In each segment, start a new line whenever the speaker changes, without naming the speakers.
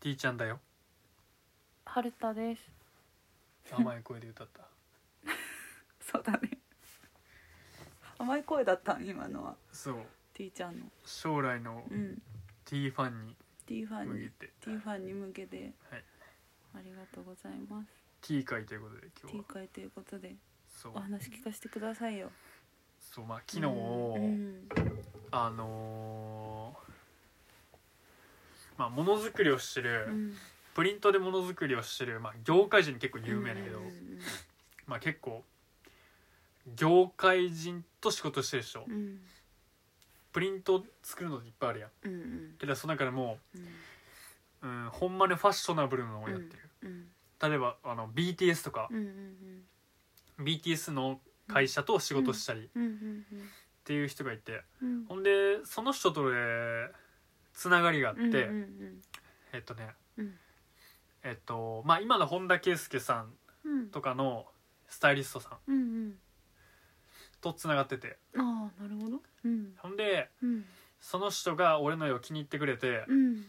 ティーちゃんだよ
春田です
甘い声で歌った
そうだね甘い声だったん今のは
そう
T ちゃんの
将来の
うん
ティーファンに
T ファン
向け
に
て
T ファンに向けて
はい
ありがとうございます
ティー会ということで今日
T
は
会ということで
そう
お話聞かせてくださいよ
そうまあ昨日、
うん
あのーまあものづくりをしてる、
うん
プリントでものづくりをしてる、まあ、業界人に結構有名だけど、
うんうん
まあ結構業界人と仕事してる人、
うん
プリント作るのっていっぱいあるやん
うんうん
けどその中でも
うん
う、うん、ほんまにファッショナブルなのをやってる、
うん
例えばあの BTS とか
うんう、ん
BTS の会社と仕事したりっ
うんうんうん
ていう人がいて、
うん
ほんでその人とでつながりがあって、
うんうん
えっとね
うん
えっとまあ今の本田圭佑さん
うん
とかのスタイリストさん
うん
とつながってて
うんああなるほどうん
ほんで
うん
その人が俺の絵を気に入ってくれて
うん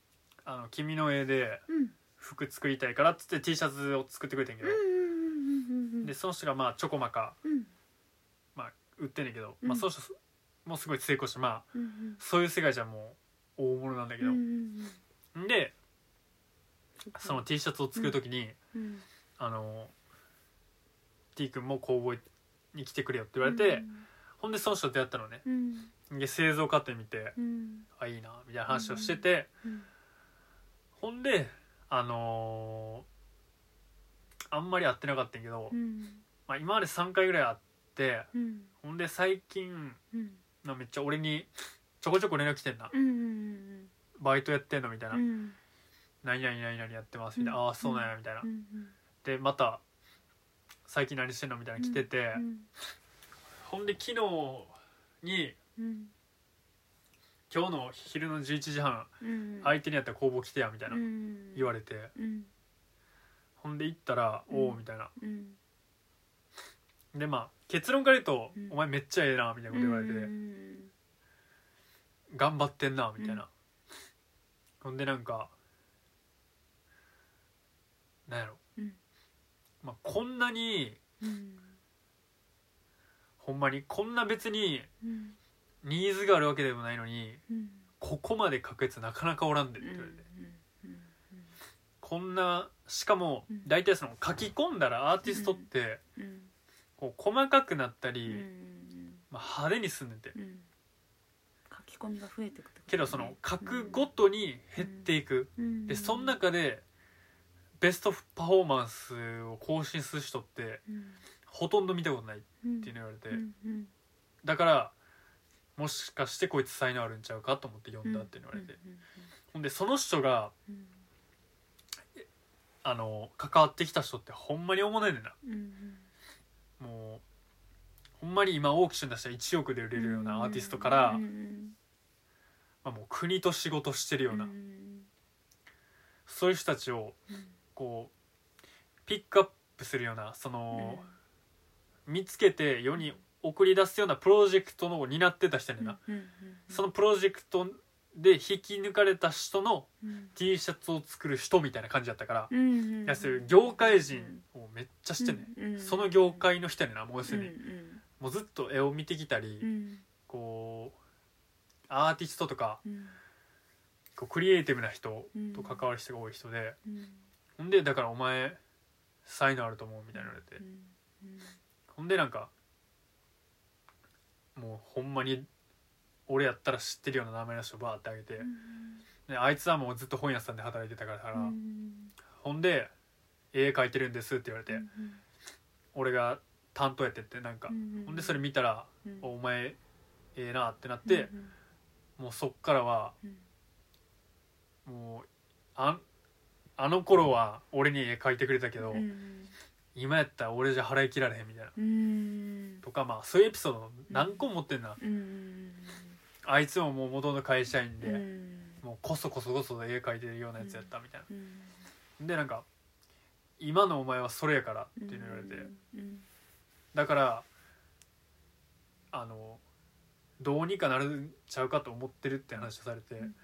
「あの君の絵で
うん
服作りたいから」っつって T シャツを作ってくれてんけ
うん
ど、
うんうんうんうん
でその人がまあちょこまか、
うん
まあ、売ってんねんけど、
うん
まあ、その人もすごい成功してまあ
うんうん
そういう世界じゃもう大物なんだけど、
うんうんうん
んでその T シャツを作る時に、
うん
あの T 君も工房に来てくれよって言われて、ほんでその人と出会ったのね
うん
で製造過程見て
うん
あいいなみたいな話をしてて、
うん
ほんであのーあんまり会ってなかったんやけど、
うん
まあ、今まで3回ぐらい会って
うん
ほんで最近
うん
なめっちゃ俺にちょこちょこ連絡来てんな
うんうん
バイトやってんのみたいな、
うんうん
何々何々やってますみたいな、
うん
ああそうなんやみたいな、
うん
でまた最近何してんのみたいな来てて、
うん
ほんで昨日に
うん
今日の昼の11時半
うん
相手にやったら工房来てやみたいな
うん
言われて
うん
ほんで行ったら
うん
おおみたいな
うん
でまあ結論から言うと
うん
お前めっちゃええなみたいなこと言われ
う
て
ん
頑張ってんなみたいうなほんでなんかなんやろ
うん
まあこんなに
うん
ほんまにこんな別に
うん
ニーズがあるわけでもないのに
うん
ここまで書くやつなかなかおらんでって言われてこんなしかも
うん
大体その書き込んだらアーティストって
うん
こう細かくなった
う
り、
ん
まあ、派手に進んでて
うん書き込みが増えてくって
けどその書くごとに減っていく、でその中でベストパフォーマンスを更新する人って
うん
ほとんど見たことないって
うん
いうの言われて、
うんうん
だからもしかしてこいつ才能あるんちゃうかと思って読んだって言われて、
うん
ほんでその人が
うん
あの関わってきた人ってほんまにおもないねんな
うんうん
もうほんまに今オークション出したら1億で売れるようなアーティストから、
うんうん
まあ、もう国と仕事してるような、
うん
そういう人たちを
うん
こうピックアップするようなその、見つけて世に送り出すようなプロジェクトのを担ってた人やねんな、
うんうんうん
そのプロジェクトで引き抜かれた人の T シャツを作る人みたいな感じだったから、
うんうん
いやそういう業界人をめっちゃしてね、
うんうん
その業界の人やねんなもう要す
うん
るに、もうずっと絵を見てきたり、
うんうん
こうアーティストとか
うん
こうクリエイティブな人
うん
と関わる人が多い人で、
うん
ほんでだからお前才能あると思うみたいな言われて、
うんうん
ほんでなんかもうほんまに俺やったら知ってるような名前の人バーってあげて、であいつはもうずっと本屋さんで働いてたから、
うん
ほんで「絵描いてるんです」って言われて、
うん
俺が担当やってってなんか、
うん
ほんでそれ見たら「
うん
お前ええな」ってなって、
うん
もうそっからは
うん
もうあんあの頃は俺に絵描いてくれたけど、
うん
今やったら俺じゃ払い切られへんみたいな
うん
とかまあそういうエピソード何個も持ってんな、
うん
あいつももう元の会社員で、
うん
もうこそこそこそ絵描いてるようなやつやったみたいな、
うん
でなんか「今のお前はそれやから」っていうの言われて、
うん
だからあのどうにかなるんちゃうかと思ってるって話をされて、
ん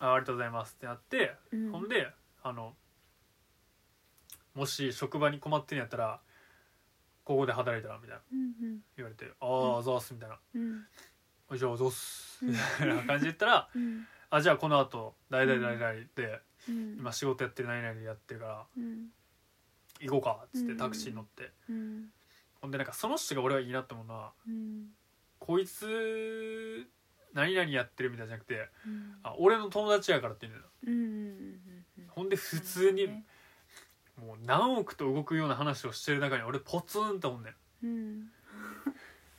あありがとうございますってなって、
うん
ほんであのもし職場に困ってんやったらここで働いたらみたいな
うん
言われて「ああ
う
あざーす」みたいな
うんう
「
ん
じゃああざーす」
うん
みたいな感じで言ったら
うん
「あじゃあこの後大々大々で
うん
今仕事やってる何々やってるから
うん
行こうか」っつっ
う
て
ん
タクシーに乗って
うん
ほんでなんかその人が俺はいいなと思うのは
うん
こいつ何々やってるみたいじゃなくて
うん
あ俺の友達やからって言うのよ
うんうんうん
ほんで普通に
ね
もう何億と動くような話をしてる中に俺ポツンと思んねん
うん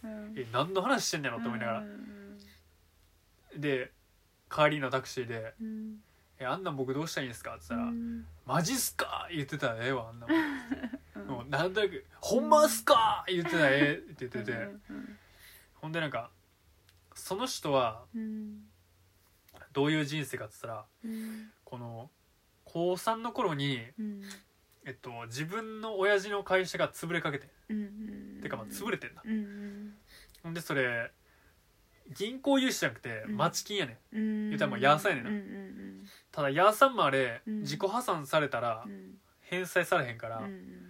うん
え何の話してんねやろと思いながら
うんうん
で帰りのタクシーで
うん
「えあんなん僕どうしたらいいんですか?」って言ったら「
うん
マジっすか?」言ってたらええわあんな も
うん
んもうなんとなく「ほんまっすか?」言ってたらええって言ってて
うんうん
ほんでなんかその人は
うん
どういう人生かって言ったら
うん
この高3の頃に、
うん
えっと、自分の親父の会社が潰れかけて
うん
てかまあ潰れてんだ
うん
ほんでそれ銀行融資じゃなくて
うん
町金やねん
うん
言うたらもうヤーサやねんな
うんうん
ただヤーさんもあれ
うん
自己破産されたら
うんうん
返済されへんから、
うん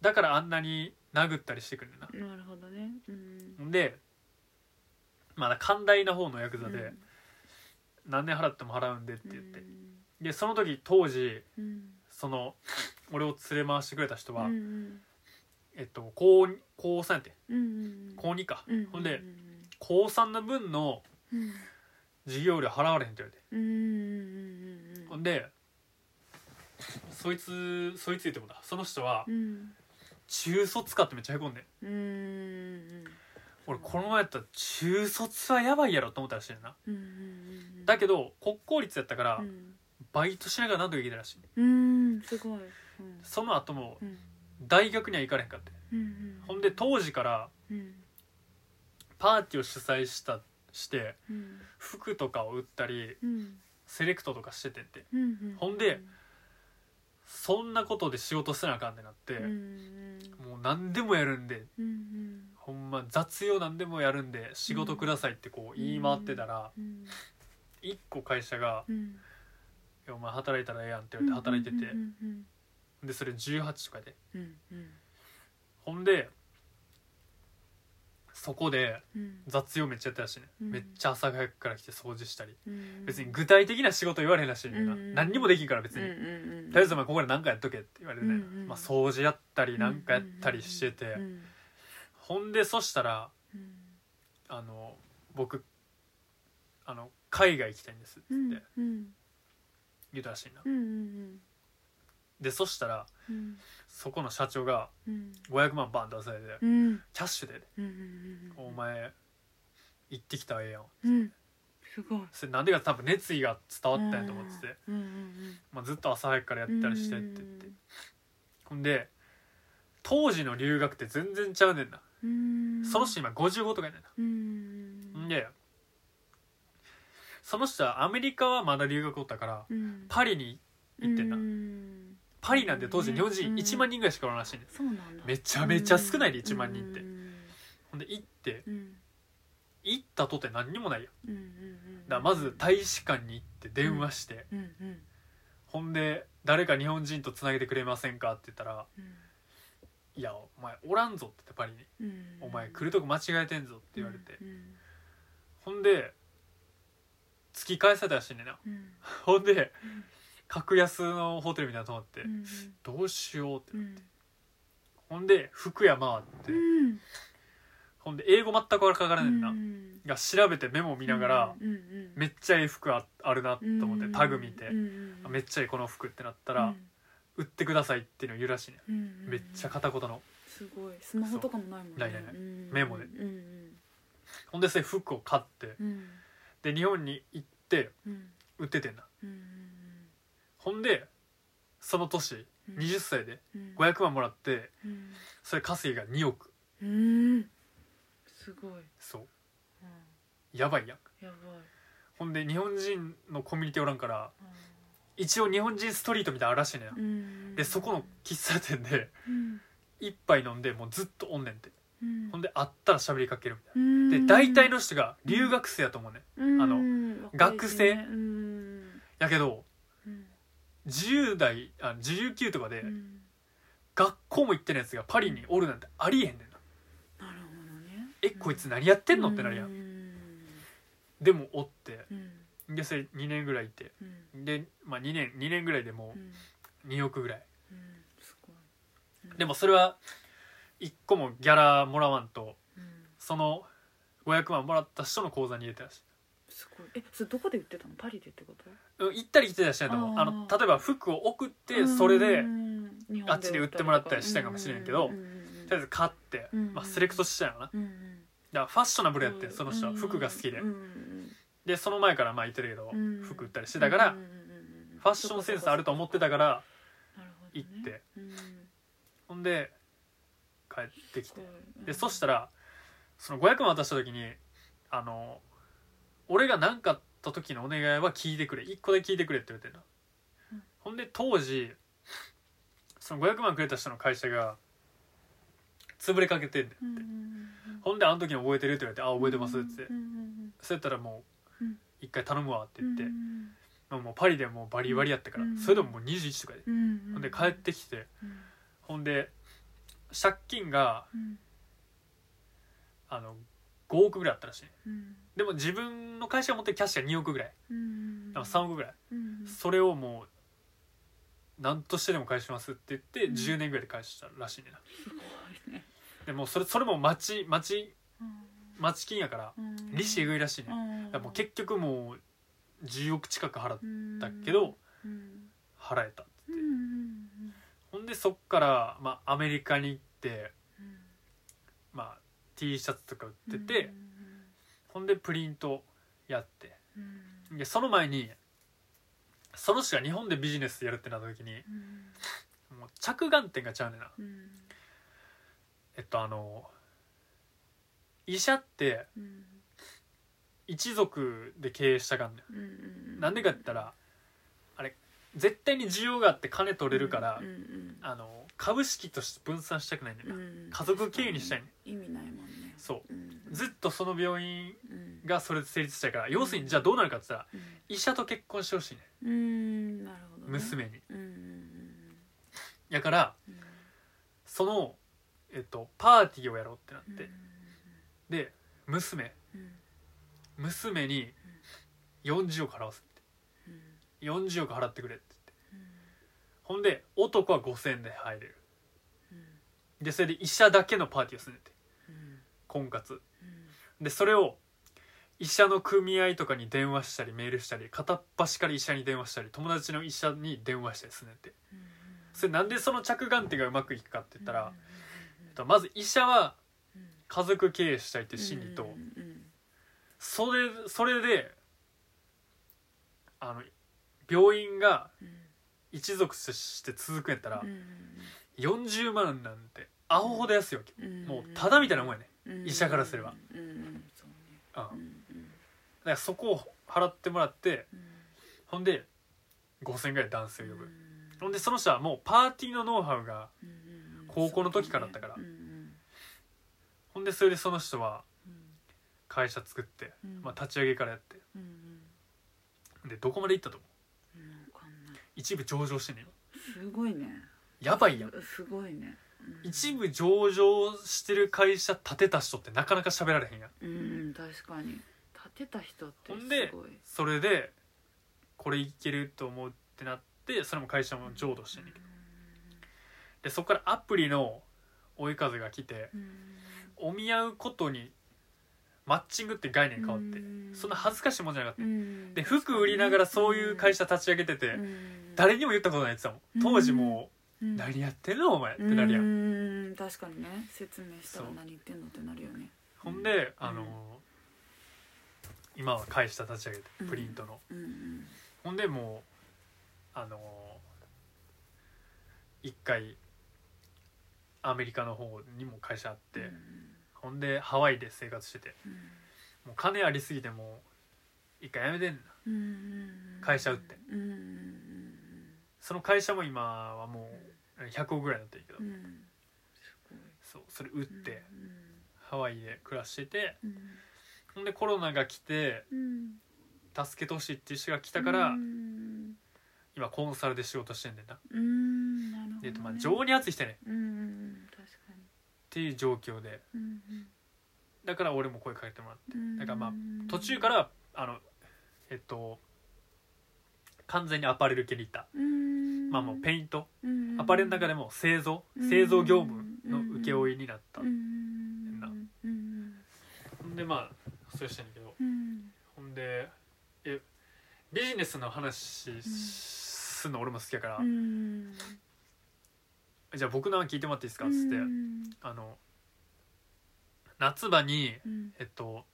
だからあんなに殴ったりしてくんねんな
うんなるほどねうん
ほんでまだ寛大な方のヤクザで、
うん
何年払っても払うんでって言って、
うん
でその時当時
うん
その俺を連れ回してくれた人は、
うんうん
えっと高2高3やって
うんうん
高2か、
うん
ほんで
う
高3の分の
うん
授業料払われへんって言われて、
うんうんうん
ほんでそいつそいつ言ってもだその人は
うん
中卒かってめっちゃへこんでん
うんうん
俺この前やったら中卒はやばいやろと思ったらしいねんな
うんうん
だけど国公立やったから
うん
バイトしながらなんとか行けたらしい
うんすごいうん
その後も
うん
大学には行かれへんかって
うんうん
ほんで当時から
うん
パーティーを主催したして
うん
服とかを売ったり
うん
セレクトとかしててって
うんうん
ほんでそんなことで仕事せなあかんってなって、
うんうん
もう何でもやるんで
うんうん
ほんま雑用何でもやるんで仕事くださいってこう言い回ってたら
うん
一個会社が
うん
「いやお前働いたらええやん」って言われて働いてて
うんうん
でそれ18とかで
うんうん
ほんでそこで
うん
雑用めっちゃやったらしいね、
うん
めっちゃ朝早くから来て掃除したり
うん
別に具体的な仕事言われへんらしいねんな、
うん
何にもできんから別
う
に、
んう
と
んうん
りあえずお前ここで何かやっとけって言われて、
うん
まあ、掃除やったり何かやったりしてて、
うん
ほんでそしたら
うん
あの僕あの海外行きたいんですっつって
うん
言ったらしいな、
うんうん
でそしたら
うん
そこの社長が
うん
500万バン出されて、
うん
キャッシュで、
うんうん
お前行ってきたらええやん」
うんすごい
それなんでか多分熱意が伝わったんやと思ってて、
うんうん
まあ、ずっと朝早くからや
うん
ったりしてって言って、ほんで当時の留学って全然ちゃうねんな、
うん
その人今55とかやねんな
うん
ほんでその人はアメリカはまだ留学おったから
うん
パリに行ってんな、
うん
パリなんて当時日本人
うん
1万人ぐらいしかおらんらしいねん
そうなんだ
めちゃめちゃ少ないで1万人って
うん
ほんで行って
うん
行ったとて何にもないやん
うんうんうん
だからまず大使館に行って電話して、
うんうん
ほんで誰か日本人とつなげてくれませんかって言ったら
うん
「いやお前おらんぞ」って言ってパリに
うん
「お前来るとこ間違えてんぞ」って言われて、
うん
ほんで突き返されたらしいねんな
うん
ほんで格安のホテルみたいなとこ泊まって、
うん
どうしようって、
うん
ほんで服屋回って、
うん
ほんで英語全く分からねえんな、
うん
が調べてメモ見ながら、
うんうん
めっちゃええ服ああるなと思って、
うん
タグ見て、
うん
めっちゃええこの服ってなったら、売ってくださいっていうのを言うらしいねん、
うんうんうん
めっちゃ片言の
すごいスマホとかもないもんね
ないないない
うん
メモで
うん
ほんでそれ服を買って
うんうん
で日本に行って
うん
売っててんな
うん
ほんでその年
うん
20歳で
うん
500万もらって
うん
それ稼ぎが2億
うんすごい、うん、
そうやばいやん
やばい
ほんで日本人のコミュニティおらんから一応日本人ストリートみたいなのあるらしいねん
うん
でそこの喫茶店で
うん
一杯飲んでもうずっとおんねんて
うん
ほんで会ったら喋りかけるみたい
うん
なで大体の人が留学生やと思うねん
うん
あの
うん
学生
うん
やけど
うん
10代あ19とかで
うん
学校も行ってないやつがパリにおるなんてありえへんねんな
なるほどね
えこいつ何やってんのってなるや
うんん
でもおって
うん
でそれ2年ぐらいいて
うん
で、まあ、2年2年ぐらいでも
うん
う2億ぐらい
うんすごいうん
でもそれは1個もギャラもらわんと
うん
その500万もらった人の口座に入れてたし
すごいえそれどこで売ってたのパリでってこと
うん行ったり来てたりしてないと思う
あ
あ
ー
の例えば服を送ってそれで
うん
あっちで売ってもらったりしたかもしれんけど
うんうん
とりあえず買って、
うん
まあ、セレクトしてたのかなだか
うんうん
らファッショナブルやってんその人は服が好きで
うんうん
でその前からまあ言ってるけど
うん
服売ったりしてたから
うんうんうん
ファッションセンスあると思ってたから
なるほどね
行って
うん
ほんで帰ってきて
うん
でそしたらその500万渡した時にあの俺が何かあった時のお願いは聞いてくれ1個で聞いてくれって言われてんな、
うん
ほんで当時その500万くれた人の会社が潰れかけてんねん
うんうんうんうん
ほんであの時の覚えてるって言われて「あ覚えてます」っつって、
うんうん
そうやったらもう
うん
一回頼むわって
うん
言って、
うん
まあもうパリでもうバリバリやったから、
うん
それでももう21とかで、
うんうん
ほんで帰ってきて
うん
ほんで借金が
うん
あの5億ぐらいあったらしいね
うん
でも自分の会社が持ってるキャッシュが2億ぐらい
うん
だから3億ぐらい、
うん
それをもう何としてでも返しますって言って
うん
10年ぐらいで返したらしいねんな
すごいね
でもうそれそれも町町町金やから
うん
利子えぐいらしいねんだか
うん
らもう結局もう10億近く払っ
うん
たけど
うん
払えた
うんうんうん
ほんでそっから、まあ、アメリカに行って、
うん
まあ、T シャツとか売ってて、ほんでプリントやって
うん
でその前にその人が日本でビジネスやるってなった時に
うん
もう着眼点がちゃうねんな
うん
えっとあの医者って
うん
一族で経営したがんね
うんうん
んなんでかって言ったらあれ絶対に需要があって金取れるから、
うんうん
あの株式として分散したくないねん
う
な、
ん
家族経営にしたいねん
意味ないもんね
そううんずっとその病院
うん
がそれで成立したから要するにじゃあどうなるかって言ったら
うん
医者と結婚してほしいね
うんなるほどね
娘に
うんうん
やから
うんうん
その、えっと、パーティーをやろうってなって、で娘
うんうん
娘に40億払わせって
うん
40億払ってくれって言って
うん
ほんで男は5000円で入れる
うん
でそれで医者だけのパーティーをするねんって
うん
婚活
うん
でそれを医者の組合とかに電話したりメールしたり片っ端から医者に電話したり友達の医者に電話したりするねんって
うん
それなんでその着眼点がうまくいくかって言ったら、
うん
えっとまず医者は
うん
家族経営したいっていう心理と、
うんうん
それそれであの病院が
うん
一族として続くんやったら、
うん
40万なんてアホほど安いわけ、
うん
もうただみたいなもんやね
うん
医者からすれば
うんうんそう
う
ね
ん、
う
だ
んうん
からそこを払ってもらって
うん
ほんで5000円ぐらい男性を呼ぶ、
うん
ほんでその人はもうパーティーのノウハウが
うんうんうん
高校の時からだったから
そうねうん
ほんでそれでその人は
うん
会社作って、
うん
まあ、立ち上げからやって
うんうん
でどこまで行ったと思う
うんわかんない
一部上場してんねん今
すごいね
やばいやん
すごいねうん
一部上場してる会社立てた人ってなかなか喋られへんやん
うん確かに立てた人って
ほ
す
ん
ごい
でそれでこれいけると思うってなってそれも会社も浄土してんねんけどでそこからアプリの追い風が来て
うん
お見合うことにマッチングって概念変わって
うん
そんな恥ずかしいもんじゃなかった
う
ね
ん
で服売りながらそういう会社立ち上げてて
うん
誰にも言ったことないって言ってたもん当時も
う
うん何やってんのお前ってなるや
うんん確かにね説明したら
そう
何言ってんのってなるよね
ほんであのー今は会社立ち上げてプリントの
うんうん
ほんでもうあのー一回アメリカの方にも会社あって、
うん
ほんでハワイで生活してて
うん
もう金ありすぎてもう一回やめてんな
うんうんうん
会社売って
うんうんうん
その会社も今はもう100億ぐらいになってるけど、
うんうんすごい
そうそれ売っ
うん
てハワイで暮らしてて
うん
ほんでコロナが来て
うん
助けてほしいっていう人が来たから、
うん
今コンサルで仕事してんねんな。
うんなるほど、ね、
で、えっとまあ、情に熱いしてねっ
うんうん確かに
ていう状況で
うん
だから俺も声かけてもらって
うん
だからまあ
うん
途中からあのえっと完全にアパレル系に行った、
うん
まあもうペイント
うん
アパレルの中でも製造製造業務の請負になった、
うん
な
うん
ほんでまあそうしてんだけど
うん
ほんでえビジネスの話しすんの俺も好きやから、
うん
じゃあ僕の案聞いてもらっていいですかっつって、
うん
あの夏場に
うん
えっと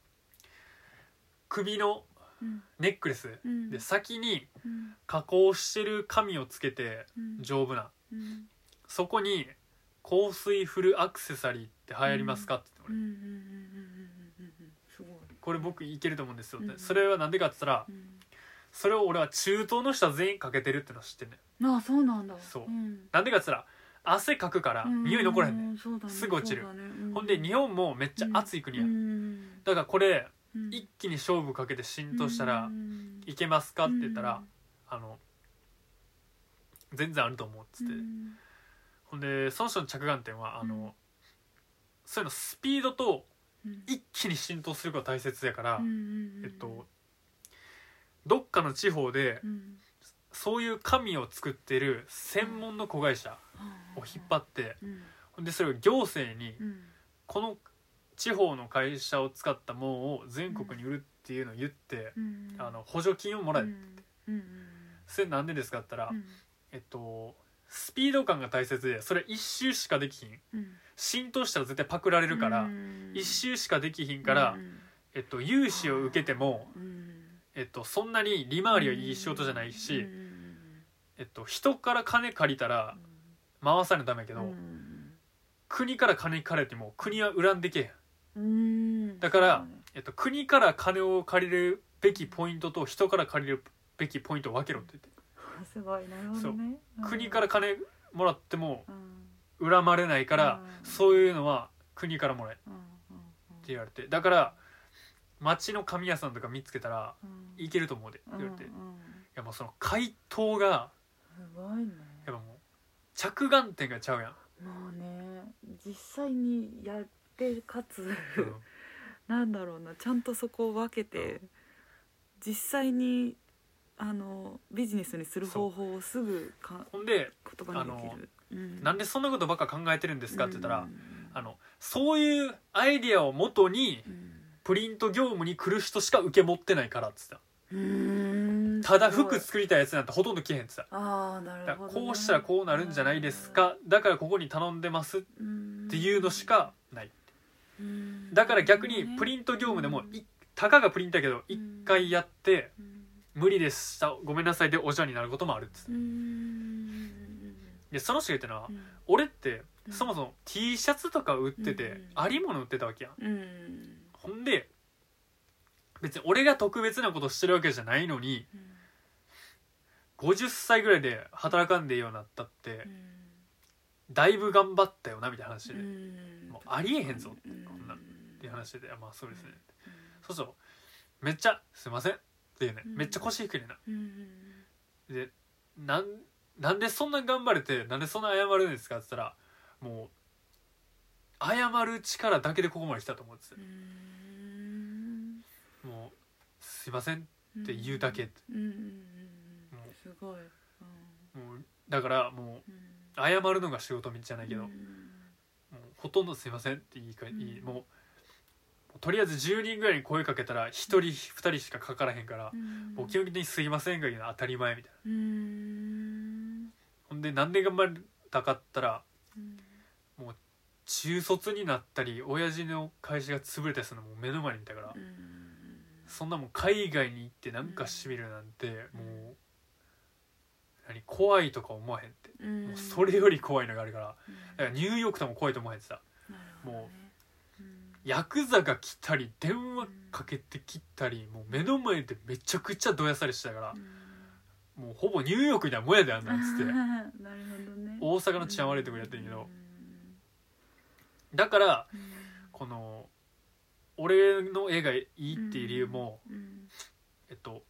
首の
うん
ネックレス
うん
で先に
うん
加工してる紙をつけて
うん
丈夫な
うん
そこに香水フルアクセサリーって流行りますかって言って
うんう
俺
んうんうんうんすごい
これ僕いけると思うんですよっ
う
て
ん
それはなんでかって言ったら
うん
それを俺は中東の人は全員かけてるってのは知ってんねん
ああそうなんだ
そうんなんでかって言ったら汗かくから匂い残らへんねん
うそうだね
すぐ落ちる
そうだねう
ほんで日本もめっちゃ暑い国や
うん
だからこれ
うん
一気に勝負かけて浸透したら
うん
いけますかって言ったらあの全然あると思うっつって
うん
ほんでその人の着眼点はあ
うん
のそういうのスピードと
うん
一気に浸透することが大切やから
うんうんうん
えっとどっかの地方で
うん
そういう紙を作ってる専門の子会社を引っ張って
うん
ほんでそれを行政に
うん
この地方の会社を使ったもんを全国に売るっていうのを言って
うん
あの補助金をもらえ
うんうん
それなんでですかって言ったら
うん
えっとスピード感が大切でそれ一周しかできひん
うん
浸透したら絶対パクられるから
うん
一周しかできひんから
うん
えっと融資を受けても
うん
えっとそんなに利回りはいい仕事じゃない
うん
し
う、ん
えっと、人から金借りたら回さないとダメやけど、
うん
国から金借りても国は恨んでけえへん、
うん
だからえっと、国から金を借りるべきポイントと人から借りるべきポイントを分けろって言って、
あすごいなるほどね
国から金もらっても
うん
恨まれないから、
うん
そういうのは国からもらえっ
うんうん
て言われてだから町の紙屋さんとか見つけたら
うん
いけると思うでって言われて、
うん
い
うん
やもうその回答が
すごいね
やっぱもう着眼点がちゃうやん、
もうね実際にやってかつ
うん
なんだろうなちゃんとそこを分けて実際にあのビジネスにする方法をすぐか
ほんで
言葉にできる。
「なん
で
でそんなことばっか考えてるんですすか?」って言ったら、あのそういうアイディアをもとにプリント業務に来る人しか受け持ってないからっつってたただ服作りたいやつなんてほとんど来へんっつって
ああな
た
る
だ
ほ
か
ど
ら
ね、
こうしたらこうなるんじゃないですかだからここに頼んでますっ
うん
ていうのしかない
うん
だから逆にプリント業務でもいたかがプリントやけど一回やって
うん
無理でしたごめんなさいでおじゃになることもあるっつって
うん
でその人が言ってたのは
うん
俺って
うん
そもそも T シャツとか売って
う
て
ん
ありもの売ってたわけやん
うん
ほんで別に俺が特別なことしてるわけじゃないのに
うん
50歳ぐらいで働かんでいいようになったって
うん
だいぶ頑張ったよなみたいな話で、
うん
もうありえへんぞって
うん
こんなんっていう話であまあそうですね
う
そうそうめっちゃ「すいません」っていうね
うん
めっちゃ腰低いねんなん
うん
でなんなんでそんな頑張れてなんでそんな謝るんですかって言ったらもう謝る力だけでここまで来たと思ってて
うん
もう「すいません」っ
っ
て言うだけ
うんうんうん
もう
すごい
もうだからもう
うん
謝るのが仕事道じゃないけど、
うん
もうほとんど「すいません」って言いか
うん
いいもうとりあえず10人ぐらいに声かけたら1人2人しかかからへんから
うん
ボキボキに「すいません」が言うのは当たり前みたいな
うん
ほんでなんで頑張ったかったら
うん
中卒になったり親父の会社が潰れたりするのもう目の前にいたから
うん
そんなもん海外に行ってなんかしてみるなんてもう何怖いとか思わへんって
うん
もうそれより怖いのがあるから
うん
だからニューヨークとかも怖いと思わへんってさ
なるほどね
も
うん
ヤクザが来たり電話かけてきたりもう目の前でめちゃくちゃどやされしてたからもうほぼニューヨークみたいなもんやであんなんつっ て
なるほどね
大阪の治安悪いとこやってんけどだから
うん
この俺の絵がいいっていう理由も
うん
えっと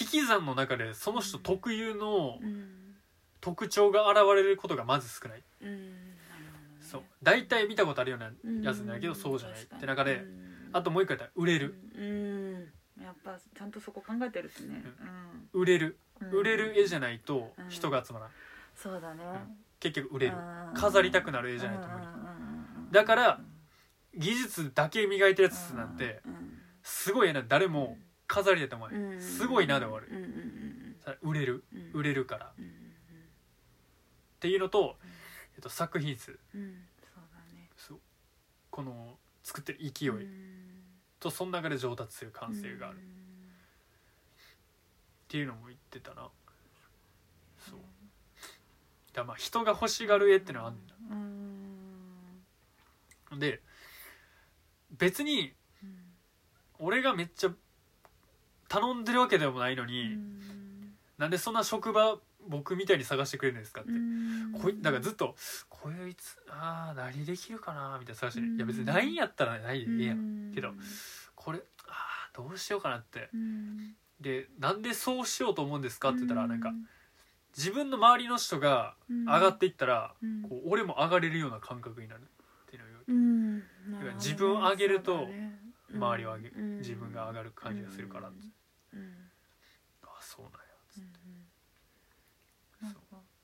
引き算の中でその人特有の
うん
特徴が現れることがまず少ない
うんなるほどね
そう大体見たことあるような
うん
やつだけどそうじゃないっ
確かに
て中で
うん
あともう一回言ったら売れる
うんやっぱちゃんとそこ考えてるしね
売れる
うん
売れる絵じ
ゃ
ゃないと人が集まらん
そうだね
結局売れる
うん
飾りたくなる絵じゃないと無理
うんうんうんうん
だから技術だけ磨いてるやつなんて
うん
すごい絵なんて誰も飾りだと思わ
うん
ないすごいなで終わる
うんうん
ただ売れる
うんうん
売れるからっ
うん
ていうのと、えっと、作品数
うんうんそうだね
そうこの作ってる勢い
うん
とその中で上達する感性があるっ
うん
ていうのも言ってたなそうだからまあ人が欲しがる絵ってのはあんねん
う
な
ん
で別に俺がめっちゃ頼んでるわけでもないの
う
に、
ん
なんでそんな職場僕みたいに探してくれるんですかって、
うん
こいだからずっと「こいつああ何できるかな」みたいな探してる、
うん
いや別にないんやったらないでええやん、
うん
けどこれあーどうしようかなって
うん
でなんでそうしようと思うんですかって言ったら、
う
なんか自分の周りの人が上がっていったら、
うん
こう俺も上がれるような感覚になるっていうのが
うんなるほどね
自分を上げると
そうだね
周りを上げ、
うん
自分が上がる感じがするからって、
うんうん
あそうなんやつ
う
っ
ん
て、
なんか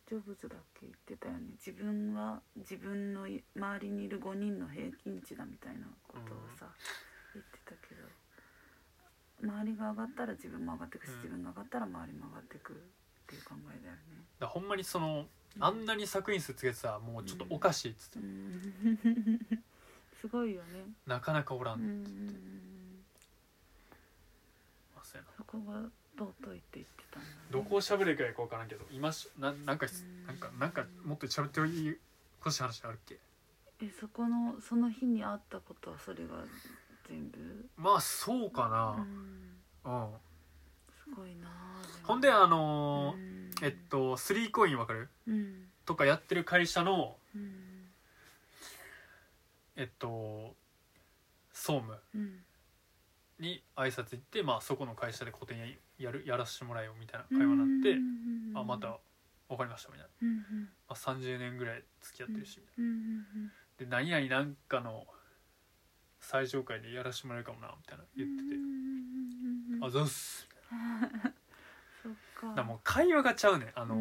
ジョブズだっけ言ってたよね自分は自分のい周りにいる5人の平均値だみたいなことをさ、言ってたけど周りが上がったら自分も上がってくし、
うん
自分が上がったら周りも上がってくっていう考えだよね。
だからほんまにそのあんなに作品数つけてたらもうちょっとおかしいっつって、
うんすごいよね。
なかなかおらんっ
うんう
て
んう
言
ん
って
うん
ますやな
そこが尊いって言ってたんだね。
どこを喋るかよく分からんけど今しななんかし
うん
なんかなんかもっと喋ってほしい欲しい話あるっけ
えそこのその日にあったことはそれが全部
まあそうか
う
な、
ん
うん
すごいなでも
ほんであのー
うん
えっとスリーコインわかる
うん
とかやってる会社の
うん
えっと総務
うん
に挨拶行って、まあ、そこの会社で個展やるやらせてもらえよみたいな会話になって
うんうんうん
「あまた分かりました」みたいな、
うんうん
まあ、30年ぐらい付き合ってるしみたい
うんうん
なで「何々なんかの最上階でやらせてもらえるかもな」みたいな言ってて
うんうんうんう
「
ん
あざっす」
そっか
だからもう会話がちゃうねんあ
あ
の、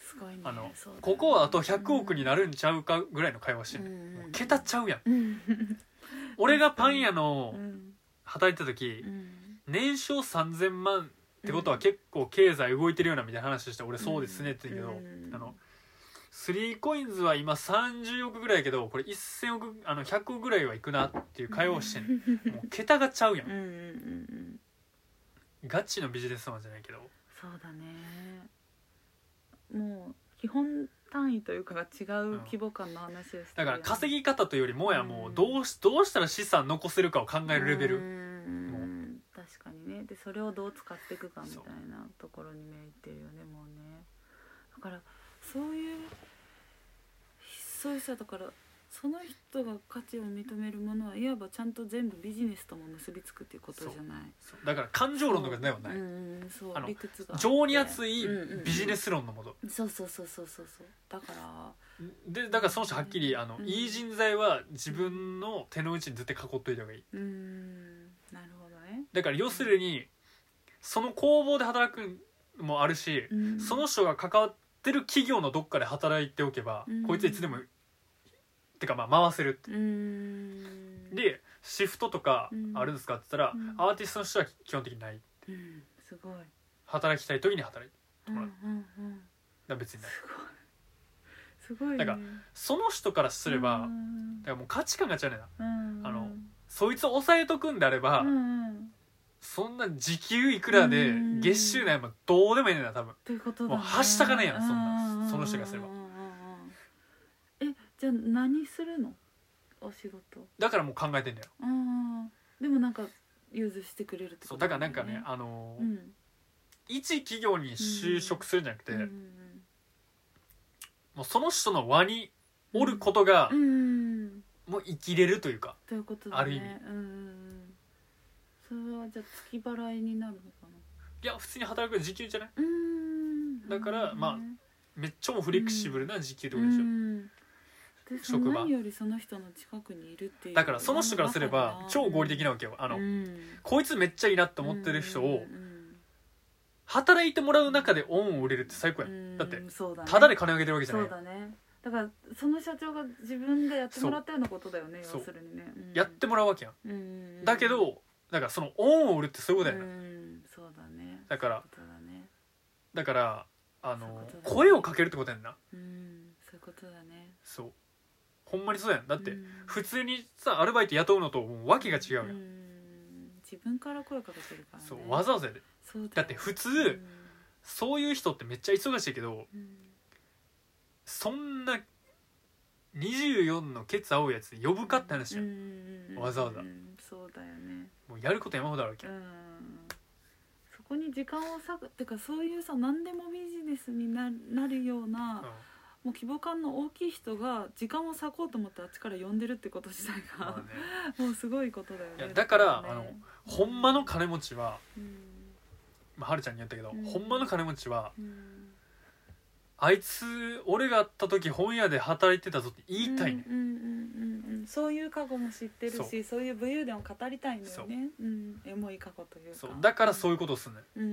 すごいね
あの
そうだね
ここはあと100億になるんちゃうかぐらいの会話してんねん、
うん
もう桁ちゃうやん
うん
俺がパン屋の
うん
働いてた時
うん
年商3000万ってことは結構経済動いてるようなみたいな話して俺そうですねって言うけど、
うん
あのスリーコインズは今30億ぐらいやけどこれ1000億あの100億ぐらいはいくなっていう会話をしてん ねんもう桁がちゃうや
うん
ん
うんうんうん
ガチのビジネスマンじゃないけど
そうだねもう基本単位というかが違う規模感の話をして
だから稼
ぎ
ぎ方というよりもやもうどうしどうしたら資産残せるかを考えるレベル
ル確かにねでそれをどう使っていくかみたいなところに目いってるよねもうねだからそういうそういうさだからその人が価値を認めるものはいわばちゃんと全部ビジネスとも結びつくっていうことじゃない
そうだから感情論とかではない、
うんうんそう
あの
理屈が
情に熱い
うんうん
ビジネス論のもと、
そうそうそうそうそうそうだから
でだからその人はっきりあの、
うん
いい人材は自分の手の内に絶対囲っといた方がいいう
ーんなるほどね
だから要するにその工房で働くのもあるし、
うん
その人が関わってる企業のどっかで働いておけば、
うん
こいついつでもてかまあ回せるって
うーん
でシフトとか
うん
あるんですかって言ったら、
うん
アーティストの人は基本的にない
うんすごい
働きたい時に働いて
うんうん
ら
うん
だから別にない
すごいすごい
だからその人からすれば、
う
だ
ん
からもう価値観が違うねんな
うん
あのそいつを抑えとくんであれば、
うんうん
そんな時給いくらで
うん
月収なんやもんどうでもいいねんな多分
ということだ
も
ね
うはしたかないやんそんな
ううう
その人がすれば
うんうんうんえじゃあ何するのお仕事
だからもう考えてんだよ
うんうんでもなんか融通してくれるって
そ
こ
う
と
だからなんかねあのー、
うん
一企業に就職するんじゃなくて、
うん
もうその人の輪におることが
うんうんうん
もう生きれるというか
ということだね
ある意味
うんうんうんそれはじゃあ月払いになるのかない
や普通に働く時給じゃないう
ーん
だからまあ
ね
めっちゃもうフレキシブルな時給って
う
ことでしょ、
んでそ
職
の
場
何よりその人の近くにいるっていう
だからその人からすれば超合理的なわけよあ
あ
の、
うん、
こいつめっちゃいいなって思ってる人を
うん
働いてもらう中で恩を売れるって最高や
うんん
だって
そうだね
ただで金あげてるわけじゃ
そ
ないう
だねだからその社長が自分でやってもらったようなことだよね
そ
要
う
するにね、うん
やってもらうわけやん
うんうんうん
だけどだからその恩を売るってそういうことや
う
な、
んそうだね
だから
そういうことだね
だからあ
そういう
の
ことだね
声をかけるってことやんな
うんそういうことだね
そうほんまにそうやんだ
だ
って普通にさアルバイト雇うのともう訳が違うやん、
自分から声かけてるからね
そうわざわざやで
そうだよ
だって普通、
うん
そういう人ってめっちゃ忙しいけど
うん
そんな24のケツ青いやつ呼ぶかって話やん、
うん
わざわざ
うんそうだよね
もうやること山ほどあるわけ
う
やん、
んそこに時間を割くってかそういうさ何でもビジネスにななるような
うん
もう規模感の大きい人が時間を割こうと思ってあっちから呼んでるってこと自体が
まあね、
もうすごいことだよね
いやだから
ね
あのほんまの金持ちは、
うん
まあ、はるちゃんに言ったけど、
うん
ほんまの金持ちは
うん
あいつ俺が会った時本屋で働いてたぞって言いたいね、
うんうんうんうんうんそういう過去も知ってるし
そ
そういう武勇伝を語りたいんだよねうんエモい過去というか
そうだからそう
う
いうことをするね
うんうんう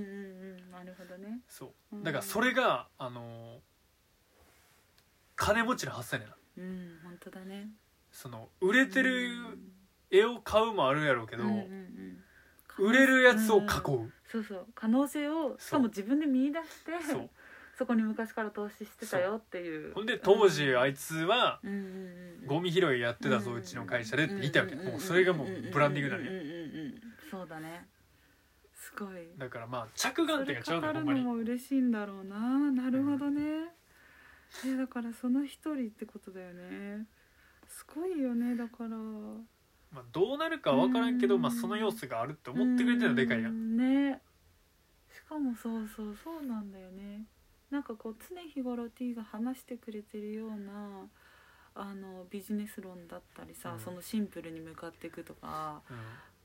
んなるほどね
そう
うん
だからそれが、あのー金持ちの発想やねんな
うん本当だね
その売れてる絵を買うもあるやろうけ
け
ど、
売
売れるやつを囲う、
そうそう可能性をしかも自分で見出して
そう
そこに昔から投資してたよっていう
ほんで当時あ
い
いつは
うんうんうん
ゴミ拾いやってたぞうちの会社でって言いたいわけもうそれがもうブランディングなの
うん
よ
うんうんうんそうだねすごい
だからまあ着眼
そ
点
れ
が違う
語
のよほ
る
んま
の
に
も嬉しいんだろうななるほどねえだからその一人ってことだよねすごいよねだから
まあ、どうなるかは分からんけど、
うん
まあ、その要素があるって思ってくれてるのでかいや、
うんんねしかもそうそうそうなんだよねなんかこう常日頃 T が話してくれてるようなあのビジネス論だったりさ、
うん
そのシンプルに向かっていくとか
うん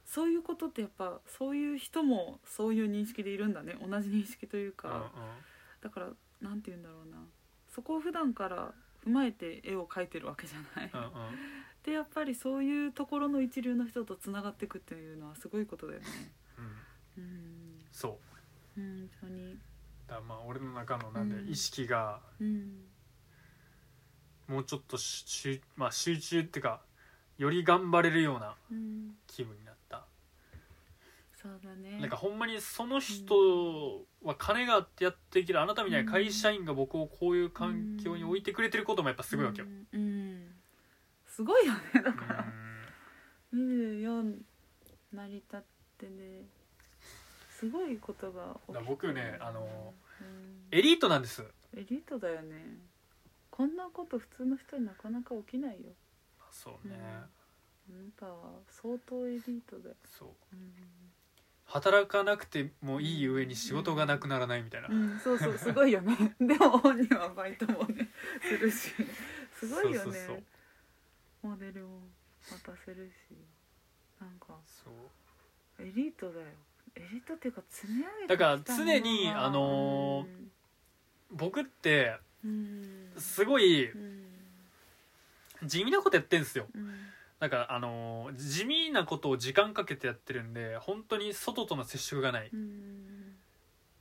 そういうことってやっぱそういう人もそういう認識でいるんだね同じ認識という
うんうん
か、だからなんて言うんだろうなそこを普段から踏まえて絵を描いてるわけじゃない、
うんうん
でやっぱりそういうところの一流の人とつながっていくっていうのはすごいことだよね
うん
うん
そう
本当に
だからまあ俺の中のなんで
うん
意識が
うん
もうちょっとし集,、まあ、集中っていうかより頑張れるような
うん
気分になった
そうだね
なんかほんまにその人は金があってやっていけるあなたみたいな会社員が僕をこういう環境に置いてくれてることもやっぱすごいわけよ、
うん、うんすごいよねだ
う
から
ん
24成り立ってねすごいことが起きてる
だから僕ねあの、
うん
エリートなんです
エリートだよねこんなこと普通の人になかなか起きないよ
そうね、
うんあなたは相当エリートだよ、
そう
う
働かなくてもいい上に仕事がなくならないみたいな、
んそうそうすごいよね でも本人はバイトもねするしすごいよね
そうそうそう
モデルも渡せるしなんか
そう
エリートだよエリートっていうか積み上げ
だから常にあの僕って
うん
すごい
うん
地味なことやってんすよ
うん
だからあのー地味なことを時間かけてやってるんで本当に外との接触がない
うん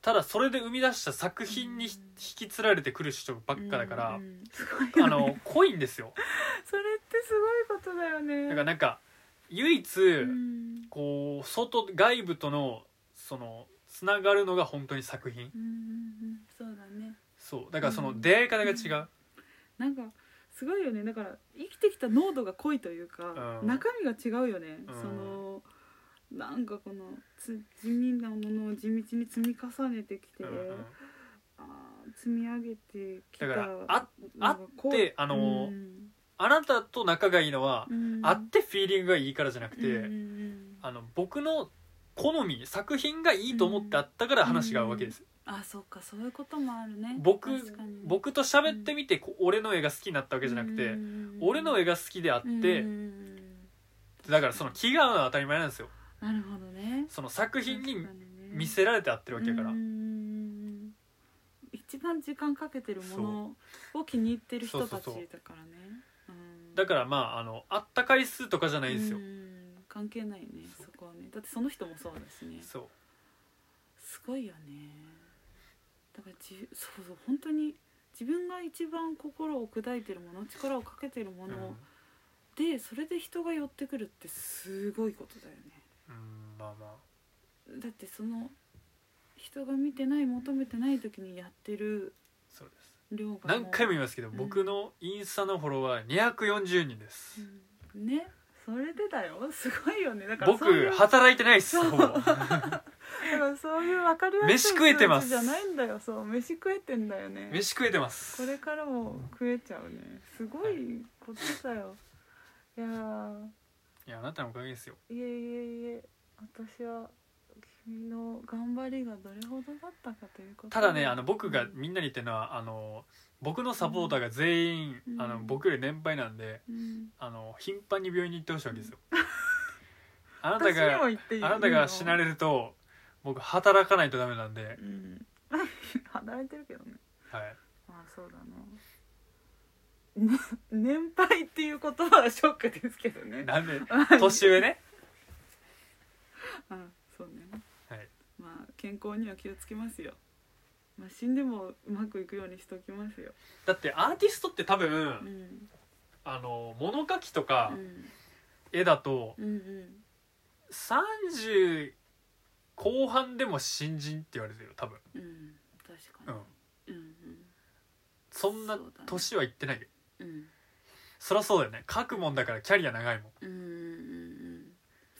ただそれで生み出した作品にひ
うん
引きつられてくる人ばっかだから
うんうんすごいよね
あの濃いんですよ
それってすごいことだよね
だからなんか唯一
うん
こう外外部とのそのつながるのが本当に作品
うんうんうんそうだね
そうだからそうの
ん
出会い方が違う
なんかすごいよねだから生きてきた濃度が濃いというか、
うん
中身が違うよね、
うん
そのなんかこのつ地味なものを地道に積み重ねてきて、
うんうん
あー積み上げてきた
だからあ
なんかこう
あってあのー
うん
あなたと仲がいいのは
うん
会ってフィーリングがいいからじゃなく
うんうん
て
うん
あの僕の好み作品がいいと思って会ったから話が合うわけです
あそっかそういうこともあるね
僕
確かに
僕と喋ってみてこ俺の絵が好きになったわけじゃなくて俺の絵が好きであって
うん
だからその気が合うのは当たり前なんですよ
なるほどね
その作品に
確かね
見せられてやってるわけやから、
うんうんうん一番時間かけてるものを気に入ってる人たちだからねうん
だからまああのあった回数とかじゃないんですよ、
うん関係ないね
そう
そこはねだってその人もそうだしね
そう
すごいよねだからじそうそう本当に自分が一番心を砕いてるもの力をかけてるも
うん、
のでそれで人が寄ってくるってすごいことだよ
うんまあま
ねだってその人が見てない求めてない時にやってる
あそうです
量が
何回も
も
言いますけど、僕のインスタのフォロワー240人です、
ううんねそれでだよすごいよねだからそうい
僕
う
働いてないっす
そう
ほぼ
だからそういう分かりや
飯
すい
食えてます
数字じゃないんだよそう飯食えてんだよね
飯食えてま
こ
す
れからも食えちゃうねすごいことだよいやー
いやあなたのおかげですよ
いえいえいえ私は君の頑張りがどれほどだったかということ
ただねあの僕
う
が
ん
みんなに言ってるのはあの僕のサポーターが全員、
うん
あの僕より年配なんで
うん、
あの頻繁に病院に行ってほしいわけですよ、あなた
私にも
が
言っていい
あなたが死な
れ
れると僕働かないとダメなんで
う、ん 働いてるけどね
はい、
まあそうだな、ね、 年配っていう言葉はショックですけどね
なんで年上ね、
あそうね
はい、
まあ健康には気をつけますよまあ死んでもうまくいくようにしておきますよ
だってアーティストって多分、
うん
あの物書きとか
うん
絵だと
うんうん
30後半でも新人って言われてるよ多分、
うん確
う
か
ん、
にうん
そんな
そうだね
年は言ってないよ
うんうん
そりゃそうだよね書くもんだからキャリア長いもん
うんうんうん